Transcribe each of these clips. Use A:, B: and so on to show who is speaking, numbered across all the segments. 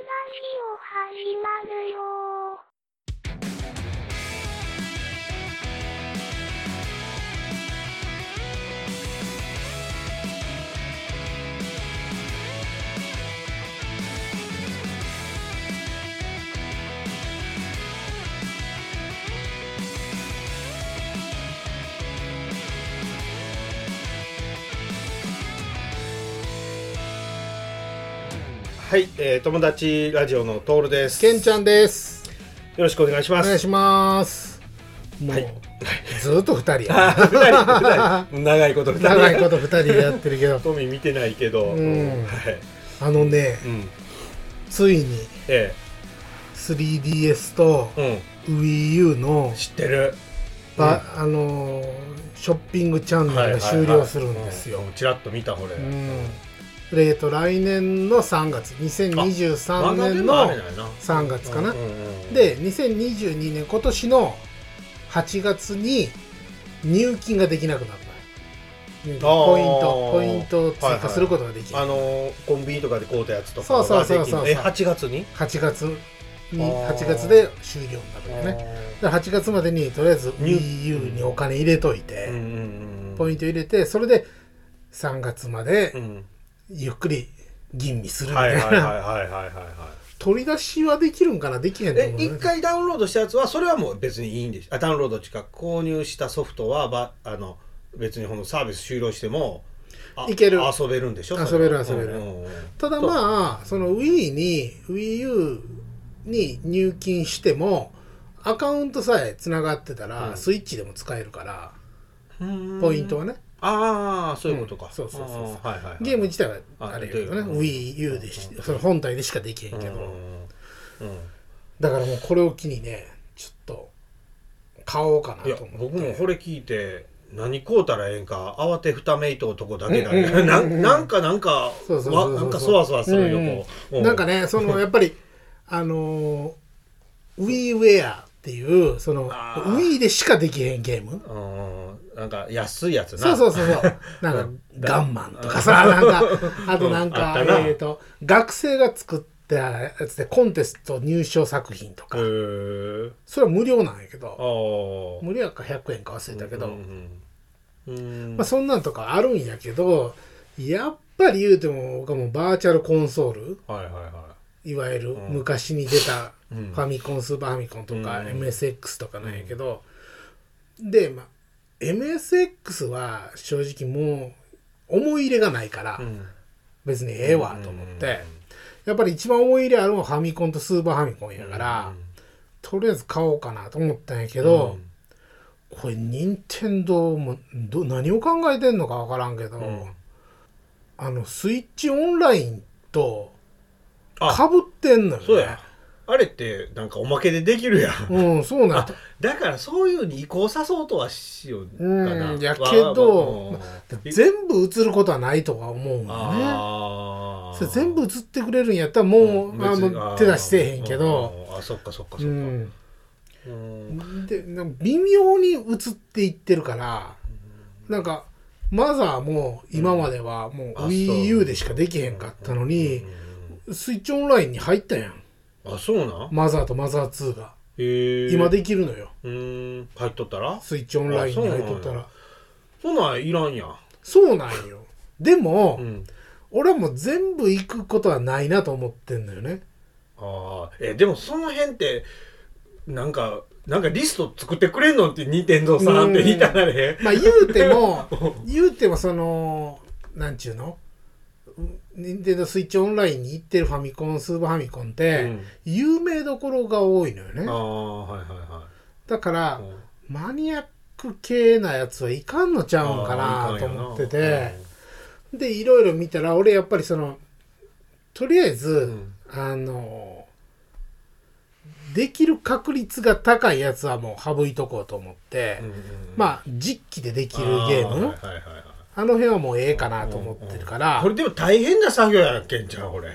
A: チラシを始まるよ
B: はい、えー、友達ラジオのトールです。
C: けんち
B: よ
C: ゃんです。
B: ろしくお願いし
C: お
B: ま
C: 願
B: す。
C: いします。もう、
B: はい
C: ずーっと二人
B: あ
C: や。
B: ー 二人、二人、長いこと二人。
C: 長いこと二人でやってるけど、
B: トミー見てないけど、
C: うん
B: はい、
C: あのね、
B: うん、
C: ついに
B: え
C: 3DS と
B: え、うん、
C: Wii U の、
B: 知ってる。
C: ばあのーショッピングチャンネルが終了するんですよ
B: う。ちらっと見た、これ。
C: うんえっと来年の3月、2023年の3月かな。
B: で、
C: で、2022年、今年の8月に入金ができなくなったのよ。ポイント、ポイントを追加することができる。
B: あのーコンビニとかで買うたやつとか
C: そうそうそうそう
B: ができんのえ、八月に？
C: 8月に、
B: あー
C: 8月で終了になるよね。だから8月までにとりあえず
B: 入
C: Wii U にお金入れとい
B: うん
C: て、
B: うんうん。
C: ポイ
B: ン
C: ント入れて、それで3月ま
B: ト。う
C: で
B: ん。
C: ゆっくり吟味するみ
B: はい
C: た
B: はいいはいはい
C: な。
B: はいはいはい。
C: 取り出しはできるんかなできへんの
B: え、一回ダウンロードしたやつは、それはもう別にいいんでしょあ、ダウンロードっていうか、購入したソフトは、ば、あの、別にこのサービス終了しても、あ
C: いける
B: 遊べるんでしょ
C: 遊べる
B: そは
C: 遊べ
B: う
C: る
B: んうんうん
C: ただまあその Wii に WiiU に入金してもアカウントさえつながってたら、
B: うん
C: スイッチでも使えるから
B: うん
C: ポイントはね
B: ああ、そういうことか。
C: うんそうそうそうそう
B: あーはいはいはい。
C: ゲーム自体はあれやけどね
B: あどういう
C: WiiU でしその本体でしかできへんけど、
B: うんうんうん
C: だからもうこれを機にねちょっと買おうかない
B: や
C: と思って
B: 僕もこれ聞いて何買うたらええんか慌てふためいとうとこだけだね、 なんなんかなんか
C: そうそうそう
B: わ
C: そう
B: なんかそわそわするよ、
C: うんうん
B: こうう
C: なんかねそ のやっぱりあの WiiWare っていうその
B: あー
C: Wii でしかできへんゲーム
B: うんなんか安いやつな
C: そうそうそう そう。なんか、ガンマンとかさ、なんか、あとなん
B: うんあ
C: か、
B: ったな
C: えっと、学生が作ったやつで、コンテスト入賞作品とか、
B: へえ
C: それは無料なんやけ
B: あ
C: ど、
B: あ
C: 無料やから100円か忘れたけど、
B: うんうんうん
C: まあそんなんとかあるんやけど、やっぱり言うても、僕はもうバーチャルコンソール、
B: はいはいはい
C: わゆる
B: ん
C: 昔に出た
B: う
C: フ
B: ん
C: ァミコン、スーパーファミコンとか
B: うん
C: MSX とかなんやけど、で、まあ、MSX は正直もう思い入れがないから
B: い、うん
C: 別にええわと思って、やっぱり一番思い入れあるのはファミコンとスーパーファミコンやから、とりあえず買おうかなと思ったんやけど、これ任天堂もど何を考えてんのか分からんけど、
B: ん
C: あのスイッチオンラインと
B: あ
C: かぶってんのよね
B: そうやあれってなんかおまけでできるやん
C: うんそうなんだ
B: だからそういうに移行さそうとはしようかな
C: うんやけ
B: わ
C: ど
B: わうん
C: 全部映ることはないとは思うのね
B: あー
C: それ全部映ってくれるんやったらもう、あ
B: 別に
C: の手出してへんけど、
B: あーあーそっかそっかそっか、
C: うん、
B: うん
C: でなんか微妙に移っていってるからなんかマザーも今まではもう
B: あそう
C: WiiU でしかできへんかったのにスイッチオンラインに入ったやん
B: あそうなん
C: マザーとマザー2が
B: へえ
C: 今できるのよ
B: うん入っとったら
C: スイッチオンラインに入っとった
B: あ
C: ら
B: そんなんいらんやん
C: そうなんよでも、
B: うん
C: 俺はもう全部行くことはないなと思ってんのよね
B: ああえでもその辺ってなんかなんかリスト作ってくれんのって任天堂さんって言いたなれへん
C: まあ言うても 言うてもそのなんちゅうの任天堂スイッチオンラインに行ってるファミコンスーパーファミコンって、
B: うん
C: 有名どころが多いのよ
B: あ
C: ね
B: あはいはいは
C: だから
B: い、うん
C: マニアック系なやつはいかんのちゃうんか
B: あー
C: ないと
B: かんやな
C: 思っててでいろいろ見たら俺やっぱりそのとりあえず、
B: ん
C: あのできる確率が高いやつはもう省いとこうと思って、
B: うんうんうん
C: まあ実機でできるゲー
B: あはいはいはい
C: ム
B: はい
C: あの辺はもうええかなと思ってるから、
B: これでも大変な作業やんけんちゃんこれ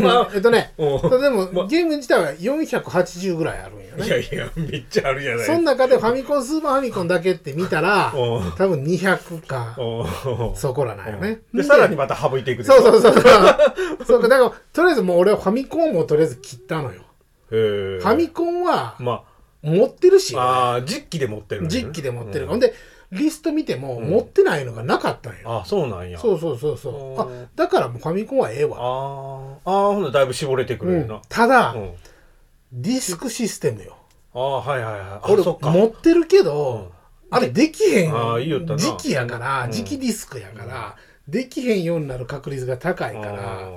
B: ま
C: えっとね、
B: おう
C: でも、
B: ま
C: ゲーム自体は480ぐらいあるんよ
B: あ、い
C: ね。
B: やいや、めっちゃあるじゃない
C: その中でファミコン、スーパーファミコンだけって見たら、
B: おう
C: 多分200か、
B: おー
C: そこらなんよね。
B: で、さらにまた省いていくでしょ
C: そうそうそうそう。そうか、だから、とりあえずもう俺はファミコンもとりあえず切ったのよ。
B: へー
C: ファミコンは
B: ま
C: 持ってるし、
B: あ、あー実機で持ってるのね
C: 実機で持ってる。
B: うん
C: ほんで、リスト見ても持ってないのがなかったんよ。
B: あそうなんや
C: そうそうそうそう。
B: う
C: あ
B: ん、
C: だからもうファミコンはええわ。
B: あーあーほんならだいぶ絞れてく
C: う
B: れる
C: ん
B: な、
C: た
B: う
C: だ、
B: ん、
C: ディスクシステムよ。
B: ああはいはいはい
C: 俺
B: あそっか
C: 持ってるけど、あれできへん
B: あーいいよったな
C: 時期やから、
B: うん
C: 時期ディスクやから、できへんようになる確率が高いから、
B: あ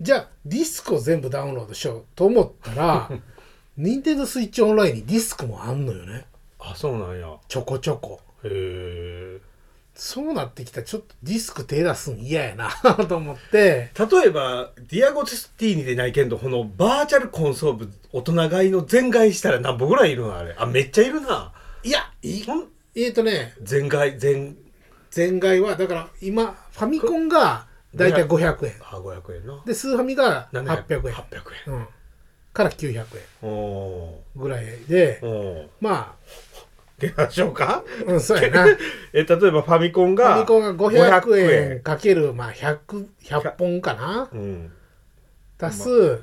C: じゃあディスクを全部ダウンロードしようと思ったら 任天堂スイッチオンラインにディスクもあんのよね
B: ーあそうなんや
C: ちょこちょこ
B: へえ
C: そうなってきたらちょっとディスク手出すん嫌やな と思って
B: 例えば「ディアゴティスティーニ」でないけんどこのバーチャルコンソール大人買いの全買いしたら何本ぐらいいるのあれあめっちゃいるない
C: やい
B: ほん
C: えっ、とね
B: 全買い全
C: 全外はだから今ファミコンがだいたい500円
B: あ500円な
C: でスーファミが
B: 700
C: 800円、
B: 800
C: うん、から900円
B: 円お
C: ぐらいで
B: ーおー
C: ま
B: 出ましょうか
C: あ、うん、そうやなフ
B: え例えばファミコンが
C: ァミコンが500円
B: 円
C: かけるまあ100 100本かな
B: うん
C: 足す、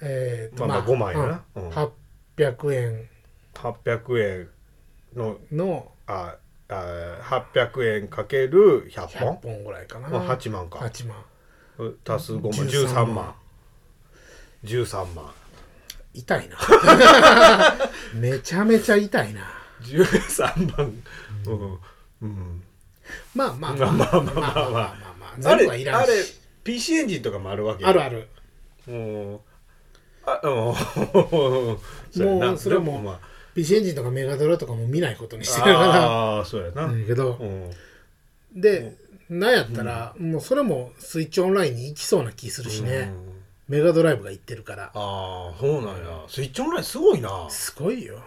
C: えーと
B: まあまあ5枚やな
C: うん
B: うん
C: 800円
B: 800円の
C: の
B: ああ800円かける100
C: 100
B: 本
C: 本ぐらいかな、
B: まあ8万か
C: 8万
B: 足す5万
C: 13
B: 13
C: 万
B: 万13万
C: 痛 いなめちゃめちゃ痛いな
B: 13万うん、うん、
C: まあまあ
B: まあまあまあまあまあ
C: まあ
B: あ
C: 全部はい
B: れ
C: らん
B: あれ
C: し
B: PC エンジンとかもあるわけ
C: ある
B: あ
C: ある
B: るうんあうんそうやな
C: もうそれはもう
B: でま
C: PC エンジンとかメガドラとかも見ないことにしてるか
B: ああーそうやな
C: ら
B: う
C: うんんけど、でなんやったら、もうそれもスイッチオンラインに行きそうな気するしね、
B: うん
C: メガドライブが行ってるから
B: ああそうなんやスイッチオンラインすごいな
C: すごいよ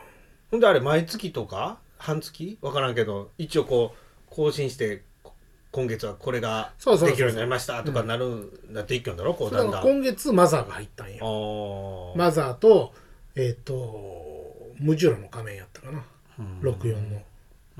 B: ほんであれ毎月とか半月わからんけど一応こう更新してこ今月はこれが
C: そうそうそうそう
B: できるようになりましたとかなるんだっていくんだろこう
C: そ
B: だ
C: れ
B: ん
C: が
B: だん。
C: 今月マザーが入ったんよ
B: ああ、
C: マザーと、えっ、と、ムジュラの仮面やったかな。
B: うん
C: 64の。
B: う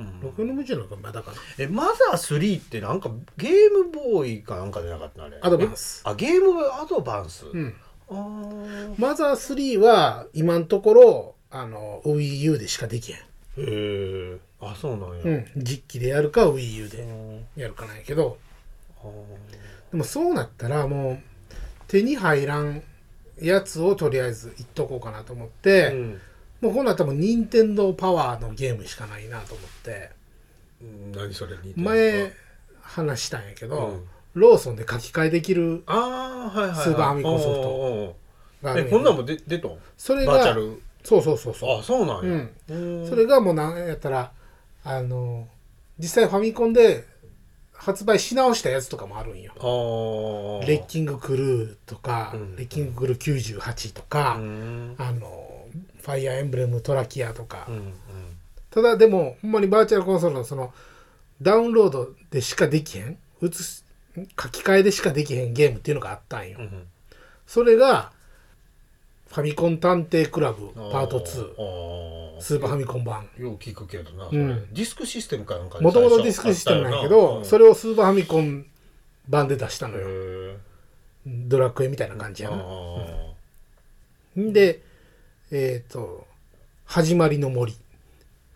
B: ん
C: 64のムジュラの仮面まだかな。
B: えマザー3ってなんかゲームボーイかなんかじゃなかったあれ
C: アドバンス
B: えあゲームボーイアドバンス、
C: うん。
B: あー
C: マザー3は、今のところ、あの、Wii U でしかできへん。
B: へえあそうなんや、
C: うん。実機でやるか、Wii U で
B: ん、
C: やるかなんやけど、
B: あー
C: でもそうなったら、もう、手に入らんやつをとりあえずいっとこうかなと思って、
B: うん
C: もうこんなん多分、任天堂パワーのゲームしかないなと思って、
B: うん何それ似てる
C: 前、話したんやけど、
B: うん
C: ローソンで書き換えできる
B: ああはいはい、はい、
C: スーパーファミコンソフト
B: おーおーおー
C: がある
B: え
C: んやけ
B: こ
C: ど
B: んなんも出出とん
C: それ
B: バーチャ
C: が、
B: ル
C: そうそうそうそ
B: あそうなんや、
C: う。
B: うん
C: それがもうなんやったら、あの、実際ファミコンで発売し直したやつとかもあるんよ。
B: あー
C: レッキングクルーとか、
B: うん
C: レッキングクルー98と
B: う
C: か、
B: ん
C: あの、ファイアーエンブレムトラキアとか。
B: うんうん
C: ただでも、ほんまにバーチャルコンソールのその、ダウンロードでしかできへん、映す、書き換えでしかできへんゲームっていうのがあったんよ
B: う。ん
C: それが、ファミコン探偵クラブ
B: あ
C: パート2。
B: あ
C: スーパーファミコン版
B: ーよう聞くけどな、
C: うん
B: それディスクシステムかなんか
C: もともとディスクシステムなんやけど、そ
B: れ
C: れをスーパーファミコン版で出したの
B: へ
C: よ、
B: ー
C: ドラクエみたいな感じや
B: あ
C: な、
B: ー
C: ん、でえっ、と「始まりの森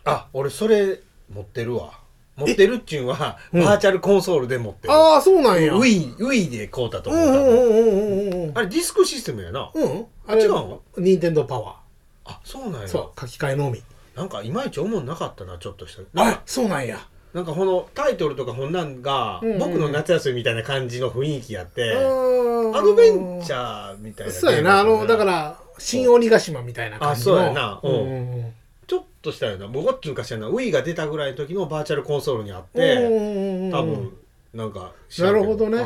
B: あ俺それ持ってるわ持ってるっちゅうんは
C: うん
B: バーチャルコンソールで持っ」てる、
C: ああそうなんや
B: ウィーウィーで買うたと
C: う
B: 思っ
C: ん
B: た、
C: うんうんうんうんうん
B: あれディスクシステムやな、
C: うんあれ
B: 違うの
C: 任天堂パワ
B: あそうなんや
C: ーそう書き換えのみ
B: なんかいまいち思んなかったなちょっとしたなんか
C: あそうなんや
B: なんかこのタイトルとかこんなんが、
C: うんうん
B: 僕の夏休みみたいな感じの雰囲気やって、ア
C: ア
B: ドベンチャーみたいな
C: そうやなあ
B: ゲーム
C: のだから新鬼ヶ島みたいな感じの
B: あそうやなうん
C: んうん
B: ちょっとしたような僕っちゅうかしらなウィーが出たぐらいの時のバーチャルコンソールにあっ
C: うんう
B: て、
C: んうんうん
B: 多分なんか知らんけ
C: なるほどね
B: あ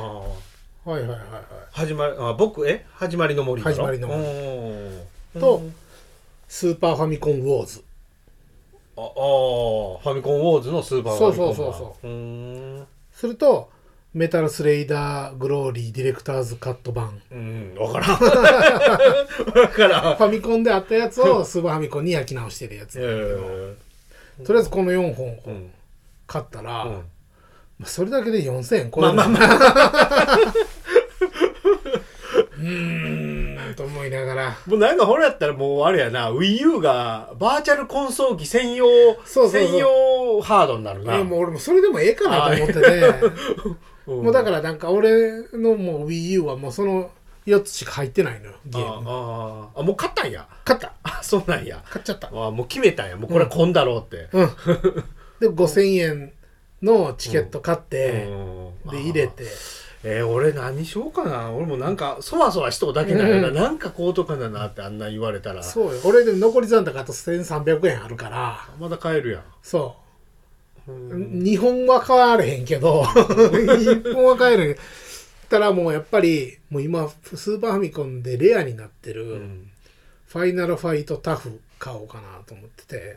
B: ー
C: はいはいはいはい
B: 始まりあ僕え始まりの森だろ
C: 始まりの森
B: 森
C: とスーパーファミコンウォーズ
B: ああーファミコンウォーズのスーパーファミコン版
C: そうそうそう
B: うーん
C: するとメタルスレイダーグローリーディレクターズカット版
B: うん分からん分からん
C: ファミコンであったやつをスーパーファミコンに焼き直してるやつ、
B: うん
C: とりあえずこの4本を
B: ん
C: 買ったら、
B: うん
C: まあ、それだけで4000円超える
B: まあ
C: まあうーんと思いながら
B: もうなんかほらやったらもうあれやな WiiU がバーチャルコンソー機専用
C: そうそうそう
B: 専用ハードになる
C: い
B: な
C: やもう俺もそれでもええかなと思って て
B: うん
C: もうだからなんか俺のもう WiiU はもうその4つしか入ってないのよゲーム
B: あああもう買ったんや
C: 買った
B: あそうなんや
C: 買っちゃった
B: あもう決めたんやもうこれはこんだろうって、
C: うんで5000円のチケット買って、
B: うん
C: で入れて
B: えー俺何しようかな俺もなんかそわそわしとうだけだから、
C: うん
B: なんかこうとかだなってあんな言われたら
C: そうよ俺でも残り残高あと1300円あるから
B: まだ買えるやん
C: そうう、
B: ん
C: 日本は買われへんけ ど日本は買えるたらもうやっぱりもう今スーパーファミコンでレアになってる、
B: うん
C: ファイナルファイトタフ買おうかなと思ってて、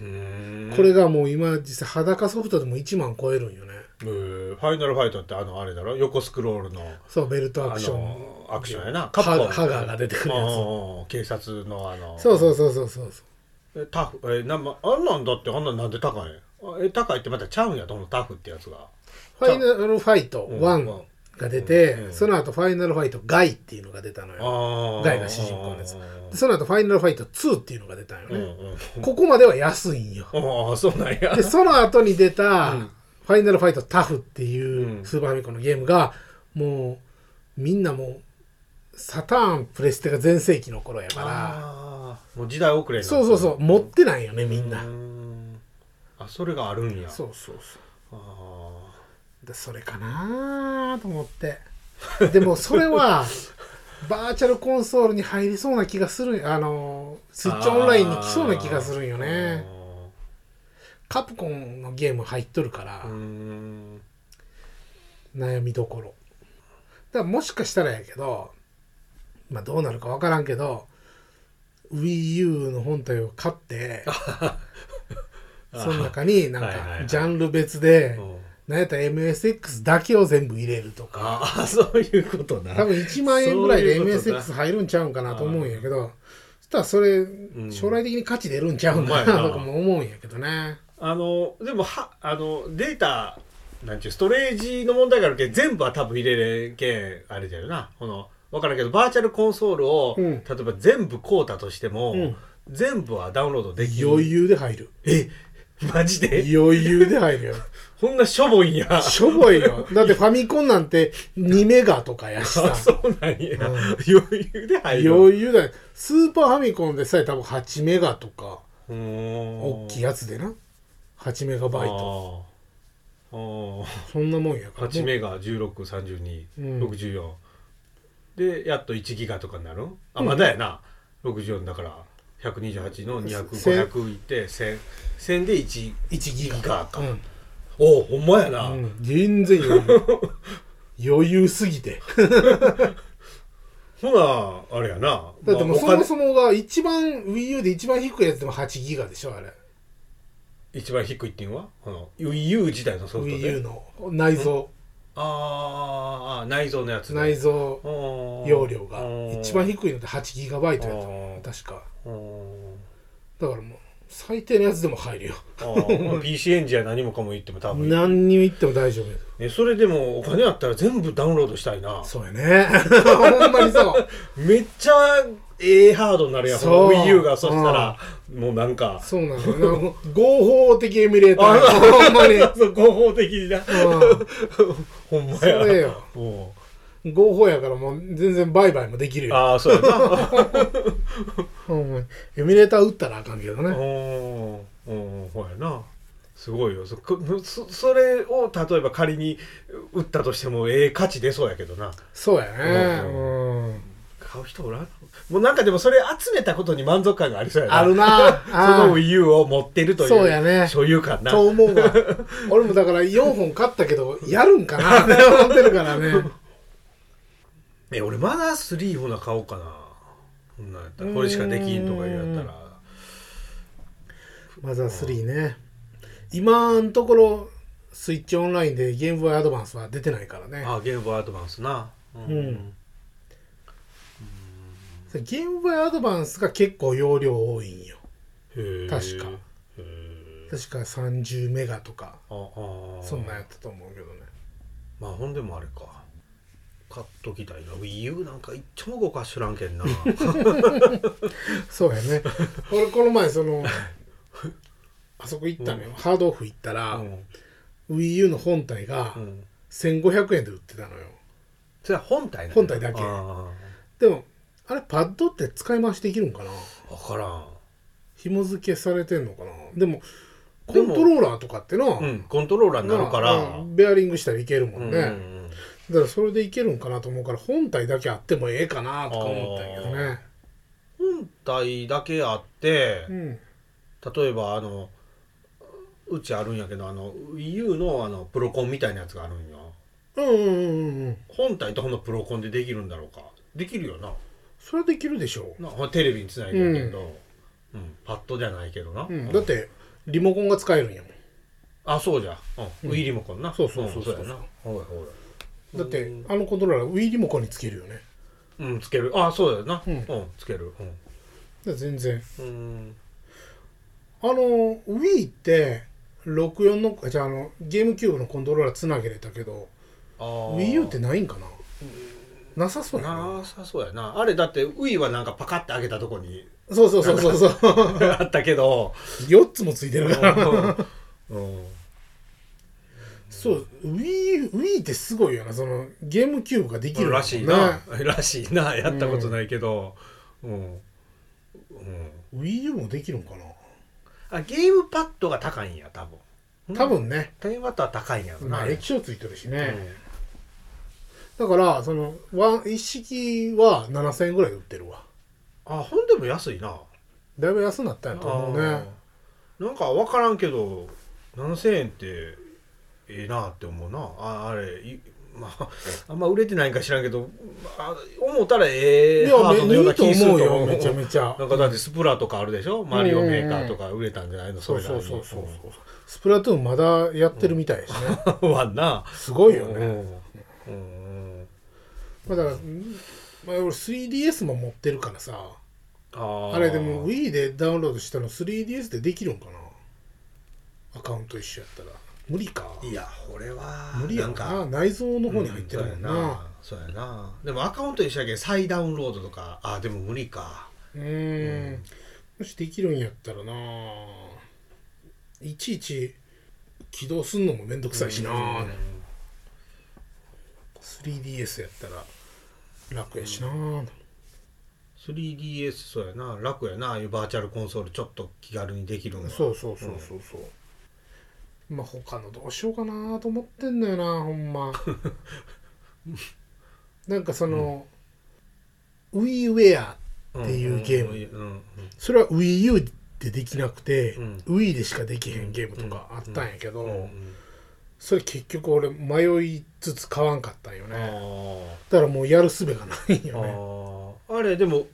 B: うん
C: これがもう今実際裸ソフトでも1万超えるんよね
B: えーファイナルファイトってあのあれだろ横スクロールの
C: そうベルト
B: あ
C: アクション
B: のアクションやな
C: ハ
B: コン
C: ハガーが出てくるやつ
B: うん警察のあの
C: そうそうそうそうそうそう
B: えタフえなんまあんなんだってあんなんなんで高いんえ高いってまたちゃうんやと思うタフってやつが
C: ファイナルファイト
B: うん
C: 1が出て、
B: うん
C: その後ファイナルファイトガイっていうのが出たのよ
B: あ
C: ガイが主人公のやつ
B: あ
C: でその後ファイナルファイト2っていうのが出たの
B: ーう
C: よ
B: ん
C: ね、
B: うん
C: ここまでは安いんよ
B: ああそうなんや
C: でその後に出た、
B: うん
C: ファイナルファイトタフって
B: う
C: い
B: ん
C: うスーパーファミコンのゲームが、もうみんなもうサターンプレステが全盛期の頃やから
B: ああもう時代遅れになった
C: そうそうそう持ってないよねみんな、
B: うーんあそれがあるんや
C: そうそうそ
B: あ
C: うでそれかなと思ってでもそれ はバーチャルコンソールに入りそうな気がするあのスイッチオンラインに来そうな気がするんよねカプコンのゲーム入っとるから、
B: あーうーん
C: 悩みどころだからもしかしたらやけどまあどうなるか分からんけど WiiU の本体を 買ってその中になん
B: はいはいは
C: か
B: い
C: ジャンル別で
B: うん
C: なんやったら MSX だけを全部入れるとか
B: ああ そういうことな
C: 多分1万円ぐらいで
B: そういうことだ
C: MSX 入るんちゃうんかなと思うんやけどそしたらそれ
B: ん
C: 将来的に価値出るんちゃうんか
B: ほんま
C: な
B: やな
C: とかも思うんやけどね
B: あのでもはあのデータなんちゅうストレージの問題があるけん全部は多分入れれんけんあれだよなこの分からんけどバーチャルコンソールを、
C: うん
B: 例えば全部買うたとしても、
C: うん
B: 全部はダウンロードできる
C: 余裕で入る
B: えマジで
C: 余裕で入るよ
B: こんなしょぼいんや
C: しょぼいよ。だってファミコンなんて2メガとかやし
B: あ
C: さ。
B: そうなんや、
C: うん
B: 余裕で入
C: 余
B: る
C: 裕だよ。スーパーファミコンでさえ多分8メガとか、
B: うーん
C: 大きいやつでな。8メガバイト。
B: あーあー
C: そんなもんやから。
B: 8メガ163264、
C: うん
B: 64でやっと1ギガとかになるんあまだやな、64だから128の
C: せ
B: 200500いって1000 1000で1
C: 1ギガ
B: ギガか
C: うん
B: おおほんまやな、
C: うん全然余 裕。余裕すぎて。
B: ほなあれやな
C: だっても
B: ま
C: うそ
B: あお金
C: もそもが一番 WiiU で一番低いやつでも8ギガでしょ、あれ。
B: 一番低いっていうのはこの WiiU 自体のソフト
C: WiiU
B: で
C: の内蔵、
B: あーあー内蔵のやつ
C: 内蔵容
B: 容
C: 量が一番
B: 低い
C: 低いのって8ギガバイトやと
B: う
C: 思
B: ん
C: う。確か。だからもう最低のやつでも入るよ
B: PC エンジンや何もかも言っても多分
C: 何に言っても大丈夫や
B: えそれでもお金あったら全部ダウンロードしたいな
C: そうやね ほんまにそう
B: めっちゃええハードになるやん
C: そう
B: WiiU がそしたら、もうなんか
C: そうなのよなんか合法的エミュレーターほんまに、う
B: そう合法的な
C: ん、
B: ほんま
C: それ
B: や
C: よ
B: も
C: 合法やからもう全然売買もできる
B: う
C: よ
B: ああそうやな
C: ほんまにエミュレーター打ったらあかんけど
B: う
C: ね
B: んうんほやなすごいよそこそそれを例えば仮に売ったとしてもええ価値出そうやけどな
C: そうやね
B: う
C: うん、
B: 買う人おらんもうなんかでもそれ集めたことに満足感がありそうやな
C: あるな
B: そ
C: あ
B: の
C: ー
B: WiiU を持ってるという
C: そうやね
B: 所有感な
C: と思う わ俺もだから4本買ったけどやるんかな って思ってるからね
B: え俺まだ3ほな買おうかなこんなんやったら
C: うーん
B: これしかできんとか言うやったら
C: マザー3ね今んところスイッチオンラインでゲームボーイアドバンスは出てないからね
B: あゲームボーイアドバンスなう
C: うんゲームボーイアドバンスが結構容量多いんよ
B: へえ
C: 確か
B: へえ
C: 確か30メガとか
B: ああ
C: そんなんやったと思うけどね
B: まあほんでもあれか買っときたいな WiiU なんか一丁も動かしらんけ んな
C: そう やね俺この前そのあそこ行ったのよ、ハードオフ行ったら、
B: うん、
C: WiiU の本体が
B: うん、
C: 1500円で売ってたのよ
B: それは本体なの
C: 本体だけ
B: あ
C: でもあれパッドって使い回しできるんかな
B: あ分からん
C: 紐付けされてんのかなでもコ
B: で
C: ン
B: も
C: トローラーとかってな、
B: うん、コントローラーになるから、
C: まあベアリングしたらいけるもんね、
B: うんうんうん
C: だからそれでいけるんかなと思うから本体だけあってもええかなとか思ったんやけどね
B: 本体だけあって
C: うん
B: 例えばあのうちあるんやけどあの WiiU のあのプロコンみたいなやつがあるんよ
C: うんうんうんうん
B: 本体とほんのプロコンでできるんだろうかできるよな
C: それはできるでしょ
B: なほらテレビにつないでるけど、うんパッドじゃないけどな、
C: う、うん、だってリモコンが使えるんやもん
B: あそうじゃ、うん、ウィリモコンな
C: そうそうそうそうん
B: やなほらほ
C: だって、
B: うん
C: あのコントローラー Wii リモコンにつけるよね
B: らうんつけるあそうだよな
C: う
B: うんん、つける
C: だから全然
B: うん、うん、
C: あの Wii って64のあじゃああのゲームキューブのコントローラーつなげれたけど
B: あー
C: WiiU ってないんかななさそうやな
B: なさそうやなあれだってウイはなんかパカって開けたとこに
C: そうそうそうそうそう
B: あったけ ど
C: 4つもついてるから
B: うん
C: そう、Wii, Wii ってすごいよな、そのゲームキューブができる
B: らしいな、らしいなやったことないけど、うんうん、
C: Wii U もできるんかな。
B: あゲームパッドが高いんや多分
C: 多分ね、
B: テーマとは高いんやろ
C: まあ
B: な、うん
C: 液晶ついてるしね。だから、その、ワン一式は7000円ぐらいで売ってるわ。
B: あほんでも安いな
C: だいぶ安くなったんやと思うね。
B: あーなんか分からんけど7,000円ってええなって思うなああれいまあ、あんま売れてないんか知らんけどあ思ったらえ
C: い
B: え
C: や、
B: ハードのよう
C: めい
B: ない
C: と
B: 気する
C: 思う
B: と
C: よ、
B: 思う
C: めちゃめちゃ
B: な。んかだってスプラとかあるでしょ、マリオメーカーとか売れたんじゃないの、
C: そう
B: れなり
C: そう
B: に
C: そうそう。スプラトゥーンまだやってるみたいですね。
B: うんわんな
C: すごいよね。
B: うんうんうん
C: まあだから、まあ、俺 3DS も持ってるからさ、
B: あー
C: あれでも Wii でダウンロードしたの 3DS でできるんかなアカウント一緒やったら無理か
B: いやこれは
C: 無理やん
B: なん
C: か内蔵の方に入ってる
B: そう
C: も
B: や
C: んな
B: なそうやなでもアカウント一緒やけど再ダウンロードとかあでも無理か
C: うんんもしできるんやったらないちいち起動すんのもめんどくさいしな、
B: うん
C: 3DS やったら楽やしな、
B: 3DS そうやな楽やなああいうバーチャルコンソールちょっと気軽にできるのが
C: そうそうそうそうそう、まあ他のどうしようかなと思ってんのよなほ んまなんかその、ウィーウェア
B: うん
C: っていうゲーム
B: うんうん
C: それは WiiU でできなくて、
B: うん
C: Wii でしかできへんゲームとかあったんやけど、
B: うんうん
C: それ結局俺迷いつつ買わんかったんよ
B: あ
C: ね
B: ー
C: だからもうやるすべがないんよね
B: あーあれでも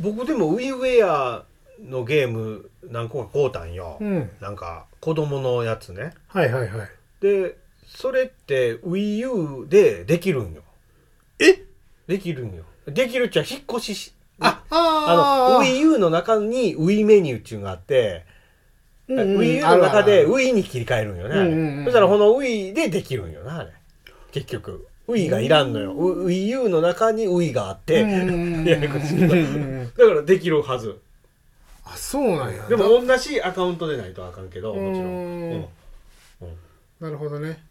B: 僕でもウィウェアのゲーム何個か買うたんよ、
C: うん
B: なんか子供のやつね
C: はいはいはい
B: でそれって WiiU でできるんよ
C: え
B: できるんよできるっちゃ引っ越しし
C: あ
B: あ
C: あ
B: の WiiU の中に Wii メニューっていうのがあって、
C: の
B: WiiU の中で Wii に切り替えるんよね、あれ
C: うんうんうん
B: そしたらこの Wii でできるんよなあれ結局 Wii がいらんのよ WiiU の中に Wii があって、ややこしいなだからできるはず
C: あそうなんや
B: でも同じアカウントでないとあかんけどもちろん
C: うん
B: うん
C: なるほどね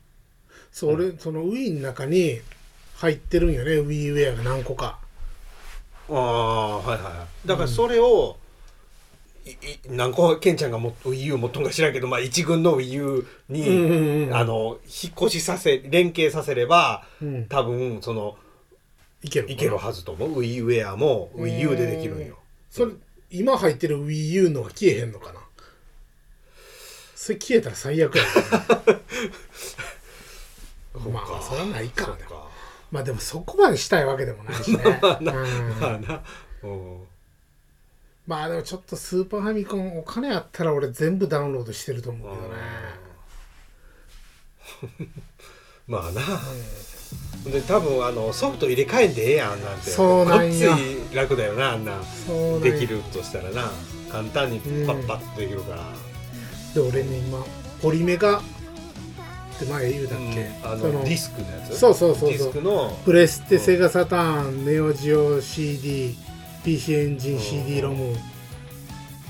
C: そう、俺その Wii の中に入ってるんよね Wii ウェアが何個か
B: ああはいはいはいだからそれを、いい何個ケンちゃんがも WiiU 持っとんか知らんけど、まあ、一軍の WiiU に、
C: うんうんうん
B: あの引っ越しさせ連携させれば、
C: うん
B: 多分その
C: いける
B: いけるはずと思う Wii ウェアも WiiU でできるんよ
C: それ今入ってる WiiU のは消えへんのかなそれ消えたら最悪や なまあそれはないか
B: そうか
C: まあでもそこまでしたいわけでもないしね、う ん
B: まあなうん
C: まあでもちょっとスーパーファミコンお金あったら俺全部ダウンロードしてると思うけどね
B: まあな、で多分あのソフト入れ替えんでええやんあんなんて
C: そうなんや
B: こっち楽だよなあんな
C: そうなんや
B: できるとしたらな簡単にパッパッとできるから、
C: で俺ね今ポリメガって前言うだっけ、
B: うんあ
C: そ
B: のディスクのやつ
C: そうそうそう
B: ディ
C: そ
B: スク
C: う
B: の
C: プレステ、
B: うん
C: セガサターンネオジオ CDPC エンジン CD ロム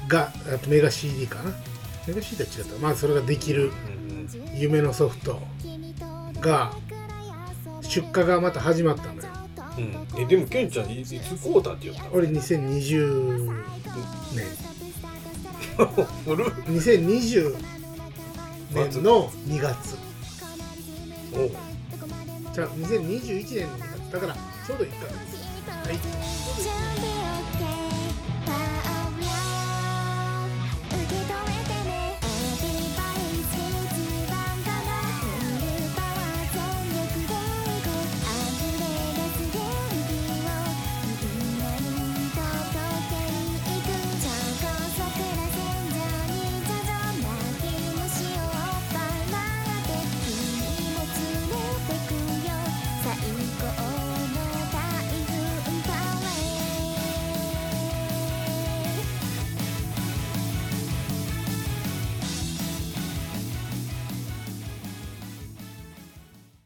C: があとメガ CD かなメガ CD は違ったまあそれができ
B: う
C: る
B: ん
C: 夢のソフトが出荷がまた始まったのよ
B: うんえでもケンちゃんいいつ買うたって言った
C: 俺2020年
B: のる
C: 2020年の2月
B: おう
C: じゃあ2021年の2月だからちょうど1ヶ月はい
A: 準備 OK